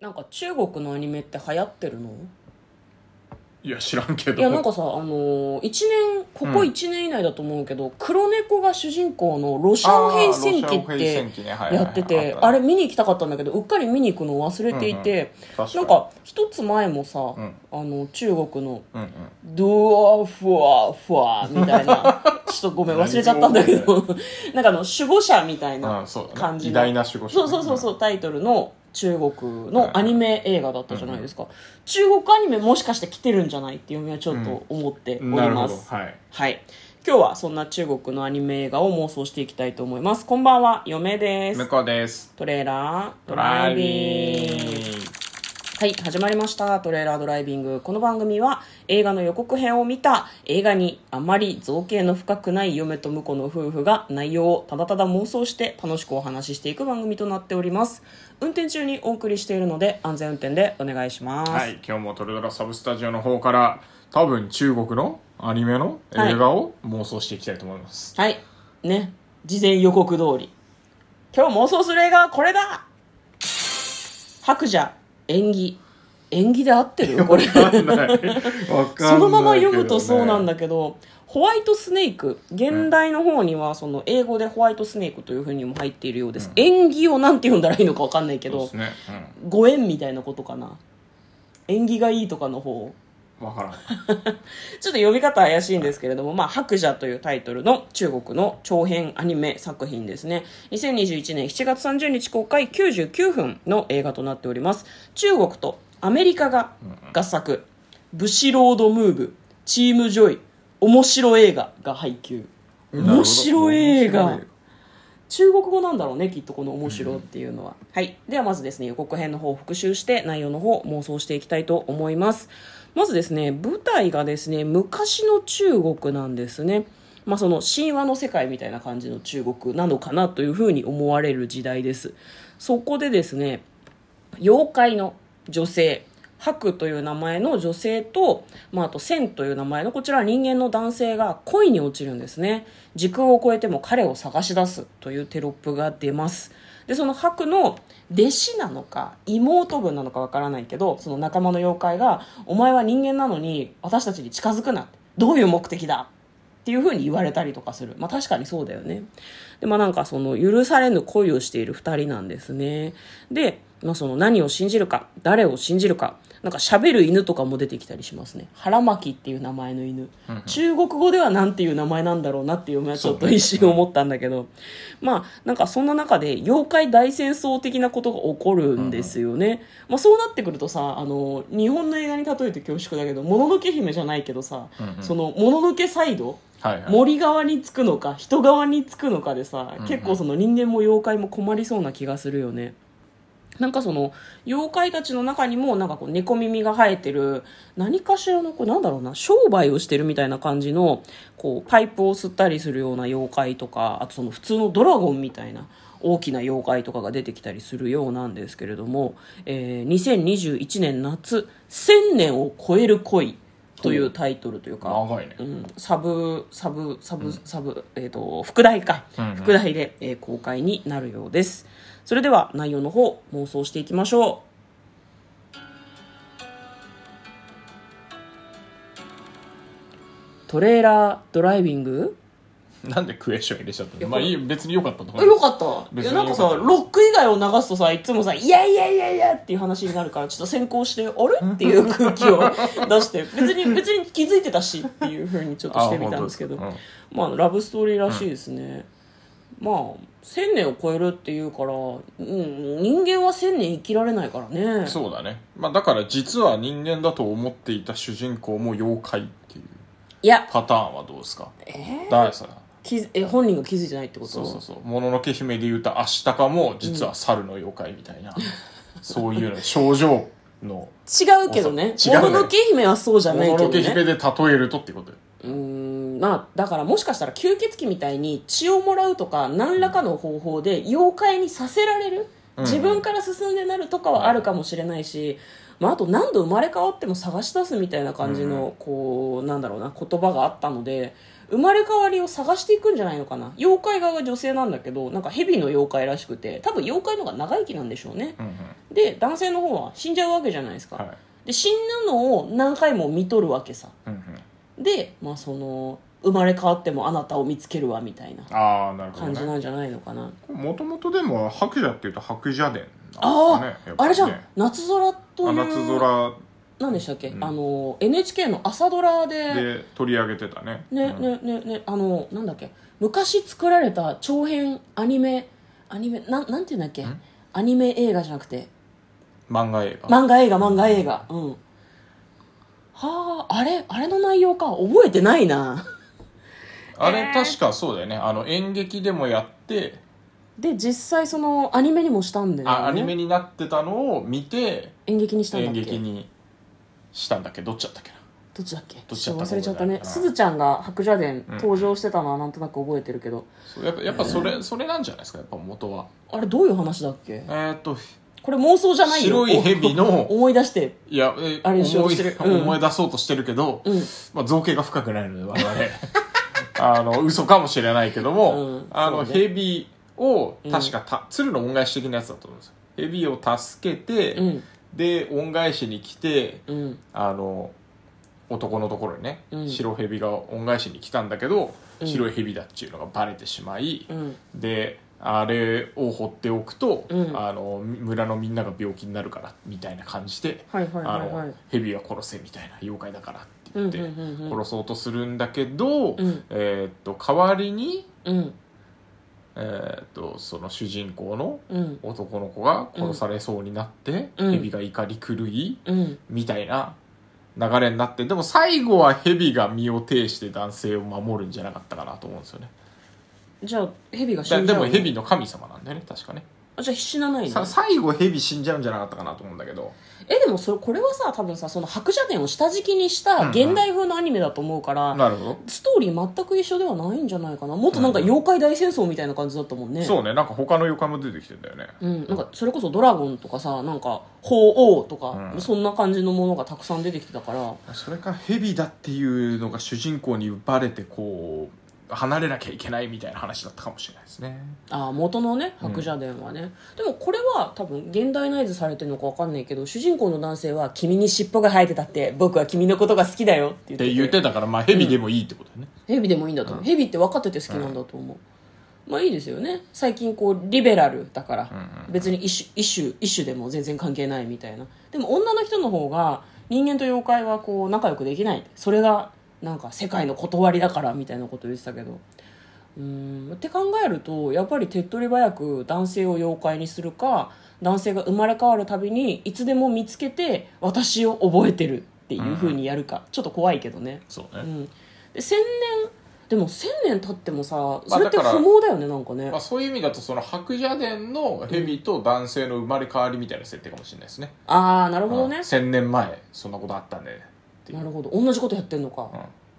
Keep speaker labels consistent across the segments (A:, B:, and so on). A: なんか中国のアニメって流行ってるの
B: いや知らんけど
A: いやなんかさあのー、一年ここ1年以内だと思うけど、黒猫が主人公のロシアン
B: あ
A: 兵
B: ー
A: 戦記
B: ロシアン
A: っ
B: 兵
A: て
B: 戦記ねはいはいはい
A: やってて
B: あった
A: あ
B: ね
A: れ見に行きたかったんだけどうっかり見に行くのを忘れていて、
B: うんうん確か
A: なん
B: に
A: か一つ前もさ、
B: ん
A: あの中国の
B: うんうん
A: ドゥアフワフワみたい なちょっとごめん忘れちゃったんだけど なんかあの守護者みたいな
B: あそうだね
A: 感じの
B: 偉大な守護者
A: そうそうそうそうタイトルの中国のアニメ映画だったじゃないですか、中国アニメもしかして来てるんじゃないっていうのはちょっと思っており
B: なる
A: ま
B: ほ
A: す、
B: どはい
A: はい今日はそんな中国のアニメ映画を妄想していきたいと思いますこんばんは嫁で
B: 向
A: す
B: こうです
A: トレーラード
B: ド
A: ラ
B: ラ
A: イ
B: イ
A: ビ
B: ビ
A: ング
B: ング
A: はい、始まりました。トレーラードライビング。この番組は映画の予告編を見た映画にあまり造形の深くない嫁と婿の夫婦が内容をただただ妄想して楽しくお話ししていく番組となっております。運転中にお送りしているので安全運転でお願いします。
B: はい、今日もトレドラサブスタジオの方から多分中国のアニメの映画を妄想していきたいと思います、
A: はい。ね。事前予告通り。今日妄想する映画はこれだ白蛇、縁起。縁起で合って るこれ。
B: わかんないわかんないけどね
A: そのまま読むとそうなんだけど、ホワイトスネーク、現代の方にはその英語でホワイトスネークというふうにも入っているようです。縁起をなんて読んだらいいのかわかんないけ
B: そうで
A: ど
B: す、ね
A: ご縁みたいなことかな。縁起がいいとかの方。
B: うんわからん
A: ちょっと呼び方怪しいんですけれども、まあ、白蛇というタイトルの中国の長編アニメ作品ですね。2021年7月30日公開99分の映画となっております。中国とアメリカが合作、ブシロードムーブ、チームジョイ、面白映画が配給。面白映
B: 面
A: 画
B: 白い。
A: 中国語なんだろうね、きっとこの面白っていうのは。はい。ではまずですね、予告編の方を復習して内容の方を妄想していきたいと思います。まずですね、舞台がですね、昔の中国なんですね。まあその神話の世界みたいな感じの中国なのかなというふうに思われる時代です。そこでですね、妖怪の女性白という名前の女性と、まあ、あと千という名前のこちらは人間の男性が恋に落ちるんですね時空を超えても彼を探し出すというテロップが出ますでその白の弟子なのか妹分なのかわからないけどその仲間の妖怪が「お前は人間なのに私たちに近づくな」どういう目的だっていうふうに言われたりとかする。まあ確かにそうだよね。で、まあなんかその許されぬ恋をしている二人なんですね。で、まあその何を信じるか、誰を信じるか、なんか喋る犬とかも出てきたりしますね。腹巻きっていう名前の犬。中国語ではなんていう名前なんだろうなっていうのはちょっと一瞬思ったんだけど、まあなんかそんな中で妖怪大戦争的なことが起こるんですよね。まあそうなってくるとさ、あの、日本の映画に例えて恐縮だけど、もののけ姫じゃないけどさ、そのもののけサイド、
B: はいはい
A: 森側につくのか人側につくのかでさ、結構その人間も妖怪も困りそうな気がするよねなんかその妖怪たちの中にもなんかこう猫耳が生えてる何かしらのこうなんだろうな商売をしてるみたいな感じのこうパイプを吸ったりするような妖怪とかあとその普通のドラゴンみたいな大きな妖怪とかが出てきたりするようなんですけれども、えー2021年夏「1000年を超える恋」というタイトルというか
B: 長いね
A: うんサブサブサブサブ、えっ、と副題か、副題で、えー公開になるようですそれでは内容の方妄想していきましょうトレーラードライビング
B: なんでクエスチョン入れちゃった
A: や
B: のまあいい別に良かったと思
A: あ
B: い
A: よ
B: ま
A: か
B: す
A: ったい
B: 別
A: や
B: に
A: なんかさ
B: よかった
A: ロック以外を流すとさいつもさ「いやいやいやいや」っていう話になるからちょっと先行して「あ れ?」っていう空気を出して別に別に気づいてたしっていうふうにちょっとしてみたんですけど
B: あ本当で
A: まあラブストーリーらしいですね、まあ1000年を超えるっていうから、うん、人間は1000年生きられないからね
B: そうだねまあだから実は人間だと思っていた主人公も妖怪っていう
A: いや
B: パターンはどうですか
A: え
B: だからさ
A: 気づえ本人が気づいてないってこと
B: そうそうそう「もののけ姫」で言うとアシタカも実は猿の妖怪みた いな、そういうの症状の
A: 違うけどね
B: 違う
A: も
B: ね
A: ののけ姫はそうじゃ
B: も
A: ない
B: の
A: けど
B: のけ姫
A: ね
B: で例えるとってことよ
A: うーんまあだからもしかしたら吸血鬼みたいに血をもらうとか何らかの方法で妖怪にさせられる、
B: うん
A: 自分から進んでなるとかはあるかもしれないし、まあ、あと何度生まれ変わっても探し出すみたいな感じの、こうなんだろうな言葉があったので生まれ変わりを探していくんじゃないのかな妖怪側が女性なんだけどなんか蛇の妖怪らしくて多分妖怪の方が長生きなんでしょうね
B: うん
A: で男性の方は死んじゃうわけじゃないですか、
B: うんはい
A: で死ぬのを何回も見とるわけさ
B: うんうん
A: で、まあ、その生まれ変わってもあなたを見つけるわみたいな
B: ああなるほ
A: 感じ
B: どね
A: なんじゃないのかな、
B: もともとでも白蛇っていうと白蛇伝
A: あ
B: なん
A: あ、
B: ですかねやっぱりね
A: あれじゃん夏空という
B: あ夏空
A: 何でしたっけ、
B: うん
A: あの NHK の朝ドラで
B: で取り上げてたね
A: ね,、
B: うん
A: ねねねあのなんだっけ昔作られた長編アニメアニメなんなんていうんだっけ
B: ん
A: アニメ映画じゃなくて
B: 漫画映画
A: 漫画映画漫画映画うんはああれあれの内容か覚えてないな
B: あれ確かそうだよねあの演劇でもやって
A: で実際そのアニメにもしたんだよね
B: あアニメになってたのを見て
A: 演劇にしたんだ
B: 演
A: っけ
B: 劇にしたんだっけどっちだったっけな
A: どっちだっけ
B: どっち
A: ちょ
B: だ
A: っ
B: っ
A: と
B: た
A: 忘れちゃった
B: う
A: ね
B: ん
A: すずちゃんが白蛇伝
B: うん
A: 登場してたのはなんとなく覚えてるけど、
B: そうやっぱやっぱそれ、それなんじゃないですかやっぱ元は
A: あれどういう話だっけ
B: えー、っと
A: これ妄想じゃないよ
B: 白い蛇の
A: 思い出して
B: いや、え
A: あれにしよう
B: 思
A: と
B: い
A: してるうん
B: 思い出そうとしてるけど、
A: うん
B: まあ、造形が深くないので我々 あの嘘かもしれないけども、
A: うん
B: あの、
A: そうね
B: 蛇を確かた鶴の恩返し的なやつだと思うんですよ蛇を助けて、
A: うん
B: で恩返しに来て
A: うん
B: あの男のところにね、
A: うん
B: 白蛇が恩返しに来たんだけど、
A: うん
B: 白い蛇だっていうのがバレてしまい、
A: うん
B: であれを放っておくと、
A: うん
B: あの村のみんなが病気になるからみたいな感じで、
A: はいはいはいは
B: あ
A: い
B: の蛇は殺せみたいな妖怪だからって言って、
A: うんうんうんうん
B: 殺そうとするんだけど、
A: うん
B: えーっと代わりに、
A: うん
B: えーっとその主人公の
A: うん
B: 男の子が殺されそうになって、
A: うん
B: 蛇が怒り狂い
A: うん
B: みたいな流れになってでも最後は蛇が身を挺して男性を守るんじゃなかったかなと思うんですよね
A: じゃあ蛇が死
B: だ
A: んじ
B: で
A: ゃうの
B: も蛇の神様なんだよね確かね
A: あじゃあ死なないの
B: さ最後ヘビ死んじゃうんじゃなかったかなと思うんだけど
A: えでもそれこれはさ多分さその白蛇伝を下敷きにした現代風のアニメだと思うから、
B: なるほど、
A: ストーリー全く一緒ではないんじゃないかなもっとなんか妖怪大戦争みたいな感じだったもんね
B: そうねなんか他の妖怪も出てきてんだよね、
A: うん、なんかそれこそドラゴンとかさなんか鳳凰とか、
B: うん
A: そんな感じのものがたくさん出てきてたから
B: それかヘビだっていうのが主人公にバレてこう離れなきゃいけないみたいな話だったかもしれないですね
A: あー元のね白蛇伝はね、でもこれは多分現代ナイズされてるのか分かんないけど主人公の男性は「君に尻尾が生えてたって僕は君のことが好きだよ」って言っ
B: ってて言ってたからまあヘビでもいいってことだよね、
A: ヘビでもいいんだと思う、ヘビって分かってて好きなんだと思う、まあいいですよね最近こうリベラルだから、別に一種一種一種でも全然関係ないみたいなでも女の人の方が人間と妖怪はこう仲良くできないそれがなんか世界の断りだからみたいなこと言ってたけどうーんって考えるとやっぱり手っ取り早く男性を妖怪にするか男性が生まれ変わるたびにいつでも見つけて私を覚えてるっていうふうにやるか、ちょっと怖いけどね
B: そうね、
A: うん、で千年でも千年経ってもさ
B: ま
A: そ
B: あ
A: れって不
B: だか
A: 毛
B: ら
A: だよねなんかね、
B: まあ、そういう意味だとその白蛇伝の蛇と男性の生まれ変わりみたいな設定かもしれないですね、
A: ああなるほど
B: う
A: ね
B: ん、1000年前そんなことあったねっていう
A: なるほど同じことやってんの
B: う
A: か、
B: ん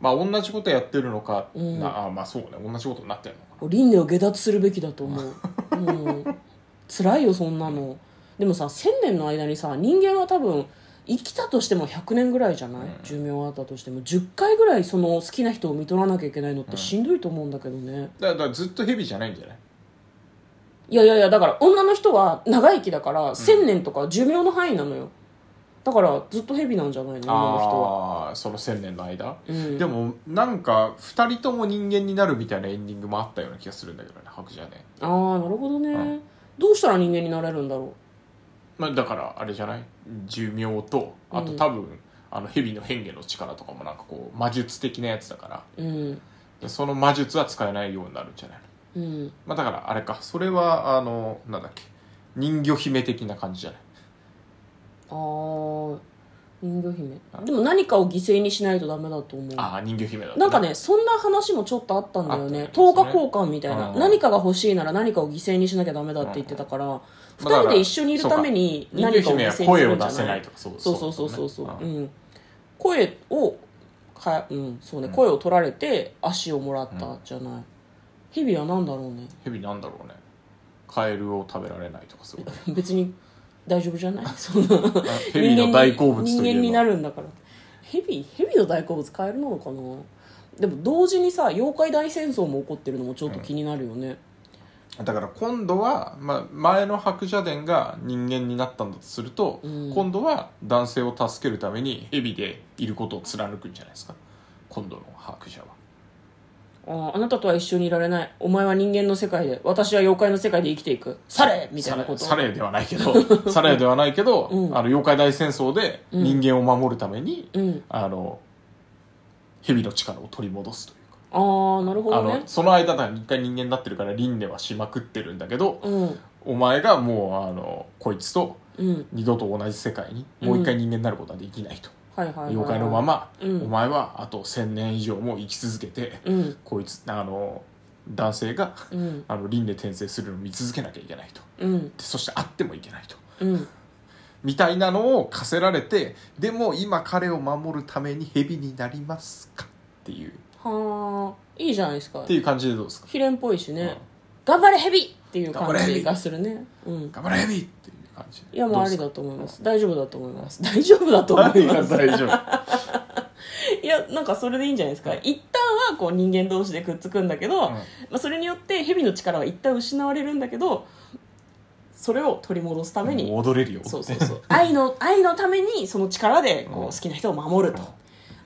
B: まあ同じことやってるのか、
A: うん
B: なあまあそうね同じことになってるのか
A: 輪廻を下脱するべきだと思う、うん、辛いよそんなのでもさ千年の間にさ人間は多分生きたとしても100年ぐらいじゃない、寿命があったとしても10回ぐらいその好きな人を見とらなきゃいけないのってしんどいと思うんだけどね、
B: なだからずっと蛇じゃないんじゃない
A: いやいやいやだから女の人は長生きだから、1000年とか寿命の範囲なのよだからずっとヘビなんじゃないの女の人は
B: ああーその1000年の間、
A: うん
B: でもなんか2人とも人間になるみたいなエンディングもあったような気がするんだけどね白蛇伝、
A: ああなるほどね、
B: うん
A: どうしたら人間になれるんだろ
B: まあ、だからあれじゃない寿命とあと多分、あの蛇の変化の力とかもなんかこう魔術的なやつだから
A: ううん
B: でその魔術は使えないようになるんじゃないの、
A: うん
B: まあ、だからあれかそれはあのなんだっけ人魚姫的な感じじゃない
A: ああ人魚姫でも何かを犠牲にしないとダメだと思う
B: ああ人魚姫だった
A: なんかねそんな話もちょっとあったんだよ
B: あ
A: ね
B: った
A: 10
B: よね
A: 日交換みたいな、
B: うん
A: 何かが欲しいなら何かを犠牲にしなきゃダメだって言ってたから、二
B: だか
A: 人
B: ら
A: で一緒にいるために
B: 人
A: 何
B: 魚
A: かを犠牲
B: 姫は
A: にするんじ
B: 声
A: ゃ
B: を
A: な
B: 出
A: い
B: せないとかそう
A: そうそうそうそうそう、
B: だね
A: うんん、声をか、うんそうね、声を取られて足をもらったじゃない、日々は何だろうね
B: 蛇なんだろうねカエルを食べられないと かそういうこと
A: 別に大丈夫じゃ ないそんな
B: あ蛇の大好物といえ
A: 人
B: ば
A: 間に人間になるんだからヘビヘビの大好物買えるのかなでも同時にさ妖怪大戦争も起こってるのもちょっと気になるよね、
B: だから今度は、まあ、前の白蛇伝が人間になったんだとすると、
A: うん
B: 今度は男性を助けるために蛇でいることを貫くんじゃないですか今度の白蛇は
A: あーあなたとは一緒にいられないお前は人間の世界で私は妖怪の世界で生きていくされみたいなこと
B: サレではないけどサレではないけど、
A: うん
B: あの妖怪大戦争で人間を守るために、
A: うん
B: あの蛇の力を取り戻すというか
A: ああなるほ
B: あ
A: ど
B: の
A: ね
B: その間だから一回人間になってるから輪廻はしまくってるんだけど、
A: うん
B: お前がもうあのこいつと
A: うん
B: 二度と同じ世界にもう一回人間になることはできないと、
A: はいはいはい、はい、
B: 妖怪のまま、
A: うん
B: お前はあと1000年以上も生き続けて、
A: うん
B: こいつあの男性が
A: うん
B: あの輪廻転生するのを見続けなきゃいけないと
A: うん
B: でそして会ってもいけないと
A: うん
B: みたいなのを課せられてでも今彼を守るために蛇になりますかっていう
A: はあいいじゃないですか
B: っていう感じでどうですか、
A: ヒレンっぽいしね、
B: うん
A: 頑張れヘビっていう
B: 頑
A: 感
B: 張れヘ
A: じ
B: ビ
A: がするねうん
B: 頑張れ蛇っていう感じ
A: いやもうあり
B: ど
A: だ
B: う
A: と思います大丈夫だと思います 大丈夫だと思い
B: ですか
A: ま
B: 何
A: す
B: が大丈夫
A: いやなんかそれでいいんじゃないですか、
B: はい
A: 一旦はこう人間同士でくっつくんだけど、
B: うん
A: まあ、それによって蛇の力は一旦失われるんだけどそれを取り戻すために
B: もう踊れるよ
A: そうそう そう愛の愛のためにその力でこう
B: うん
A: 好きな人を守ると
B: うん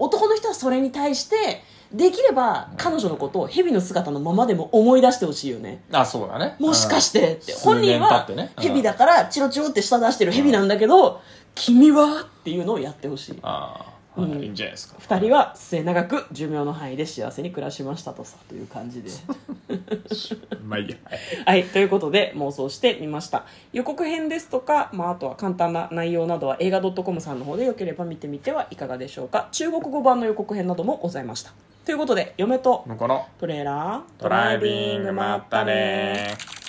A: 男の人はそれに対してできれば彼女のことを蛇の姿のままでも思い出してほしいよね
B: あそうだね
A: もしかしててって
B: うん
A: 本人は
B: 数年経ってねうん
A: 蛇だからチロチロって舌出してる蛇なんだけど君はっていうのをやってほしい
B: ああ、はい
A: うん
B: いいんじゃないですか
A: 二人は末永く寿命の範囲で幸せに暮らしましたとさという感じで
B: まあいいや
A: はいということで妄想してみました予告編ですとか、まあ、あとは簡単な内容などは映画 .com さんの方でよければ見てみてはいかがでしょうか中国語版の予告編などもございましたということで嫁と
B: のかな
A: トレーラード
B: ドライビングまったねー